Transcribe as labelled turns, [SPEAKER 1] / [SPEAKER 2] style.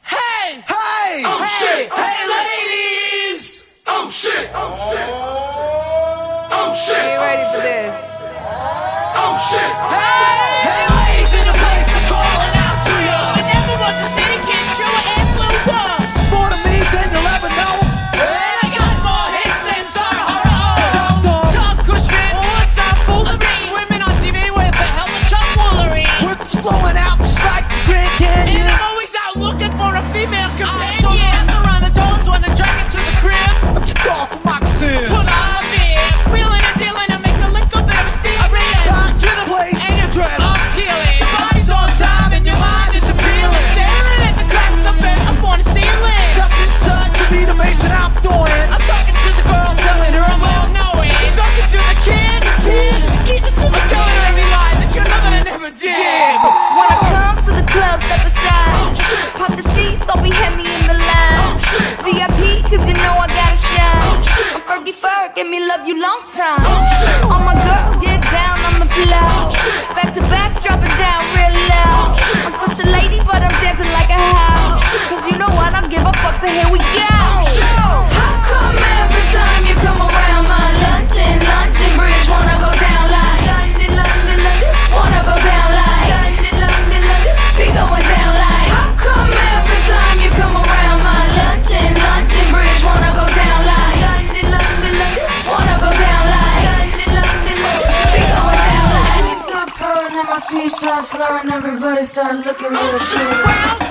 [SPEAKER 1] Hey!
[SPEAKER 2] Hey!
[SPEAKER 3] Oh, shit!
[SPEAKER 1] Hey, ladies!
[SPEAKER 3] Oh shit! Oh shit! Oh
[SPEAKER 4] Get
[SPEAKER 3] shit!
[SPEAKER 4] ready for this.
[SPEAKER 3] Oh shit!
[SPEAKER 1] Hey, ladies in the place, I'm calling out to ya.
[SPEAKER 5] I never was a city kid, show an ass blue bum.
[SPEAKER 2] More to me than you'll ever know.
[SPEAKER 5] And I got more hits than Zara Horror.
[SPEAKER 2] Dog.
[SPEAKER 5] Tom Cushman, what's that foolery? Women on TV with a hell of tomfoolery.
[SPEAKER 2] Words flowing out just like the Grand Canyon.
[SPEAKER 5] And I'm always out looking for a female companion. Don't answer on the doors when I drag it to the crib.
[SPEAKER 2] I'm just off my sin.
[SPEAKER 5] Put on me, wheeling and dealing, I make the liquor that I'm stealing.
[SPEAKER 2] Back to the place and your dress.
[SPEAKER 5] I'm peeling. Body's on time and your mind is appealing. Staring at the cracks up and up on the ceiling.
[SPEAKER 2] Such and such to be the mason I'm doing.
[SPEAKER 5] I'm talking to the girl, telling her I'm well knowing. Talking to the kid, kid, keep it to the telling her every lie that you're never gonna never did.
[SPEAKER 6] Wanna come to the club, step aside. Pop the seats, don't be hit me in the line. VIP, cause you know I gotta shine. I'm Fergie Ferg, give me love you long time. All my girls get down on the floor. Back to back, drop it down real low. I'm such a lady, but I'm dancing like a house. Cause you know what, I don't give a fuck, so here we go. How come every time you come around my London, London Bridge wanna go down like London, London, London, wanna go down like London, London, London, be going down like How come every time you come around my London, London Bridge wanna go down like London, London, London, wanna go down like London, London, London, be going down like Sweet start purring and my sweet start slurring, everybody start looking real shit.
[SPEAKER 5] Round
[SPEAKER 3] Oh,
[SPEAKER 5] Oh.